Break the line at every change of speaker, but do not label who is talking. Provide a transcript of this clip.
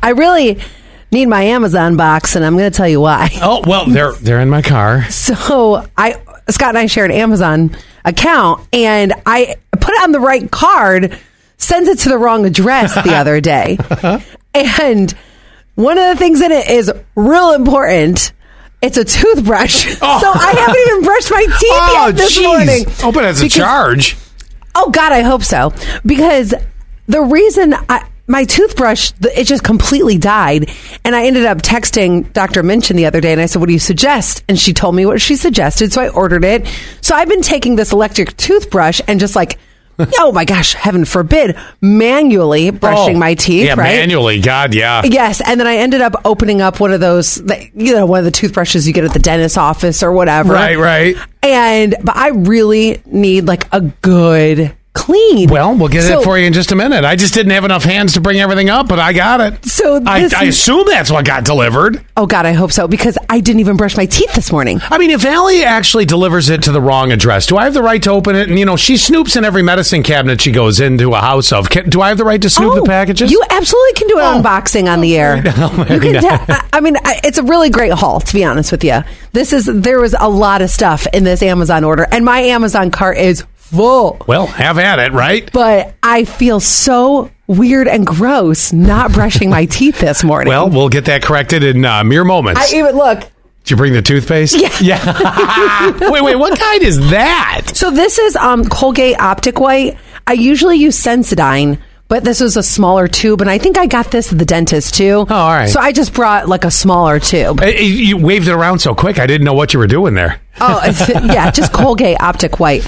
I really need my Amazon box, and I'm going to tell you why.
Oh well, they're they're in my car.
So I Scott and I shared an Amazon account, and I put it on the right card, sends it to the wrong address the other day,
Uh-huh.
and one of the things in it is real important. It's a toothbrush, so I haven't even brushed my teeth yet this
Oh. jeez.
morning.
Oh, but it's a
Because-
charge.
Oh God, I hope so. Because the reason I, my toothbrush, th- it just completely died, and I ended up texting Dr. Minchin the other day, and I said, "What do you suggest?" And she told me what she suggested, so I ordered it. So I've been taking this electric toothbrush and just like, oh my gosh, heaven forbid, manually brushing
Oh.
my teeth,
Yeah,
right?
manually. God, yeah.
Yes, and then I ended up opening up one of those, the- you know, one of the toothbrushes you get at the dentist's office or whatever.
Right, right.
And but I really need like a good clean.
Well, we'll get
So-
it for you in just a minute. I just didn't have enough hands to bring everything up, but I got it.
So
I,
this-
I assume that's what got delivered.
Oh God, I hope so because I didn't even brush my teeth this morning.
I mean, if Allie actually delivers it to the wrong address, do I have the right to open it? And you know, she snoops in every medicine cabinet she goes into a house of. Can, do I have the right to snoop the packages?
Oh,
Oh.
You absolutely can do an unboxing on the air. you
maybe
can.
not.
de- I- I mean, I, it's a really great haul, to be honest with you. This is there was a lot of stuff in this Amazon order, and my Amazon cart is full.
well, have at it, right?
But I feel so weird and gross not brushing my teeth this morning.
Well, we'll get that corrected in uh, mere moments.
I even look.
Did you bring the toothpaste? Yeah. wait, wait. What kind is that?
So this is um, Colgate Optic White. I usually use Sensodyne, but this was a smaller tube, and I think I got this at the dentist too.
Oh, all right.
So I just brought like a smaller tube.
Uh, You you waved it around so quick. I didn't know what you were doing there.
Oh, yeah, just Colgate Optic White.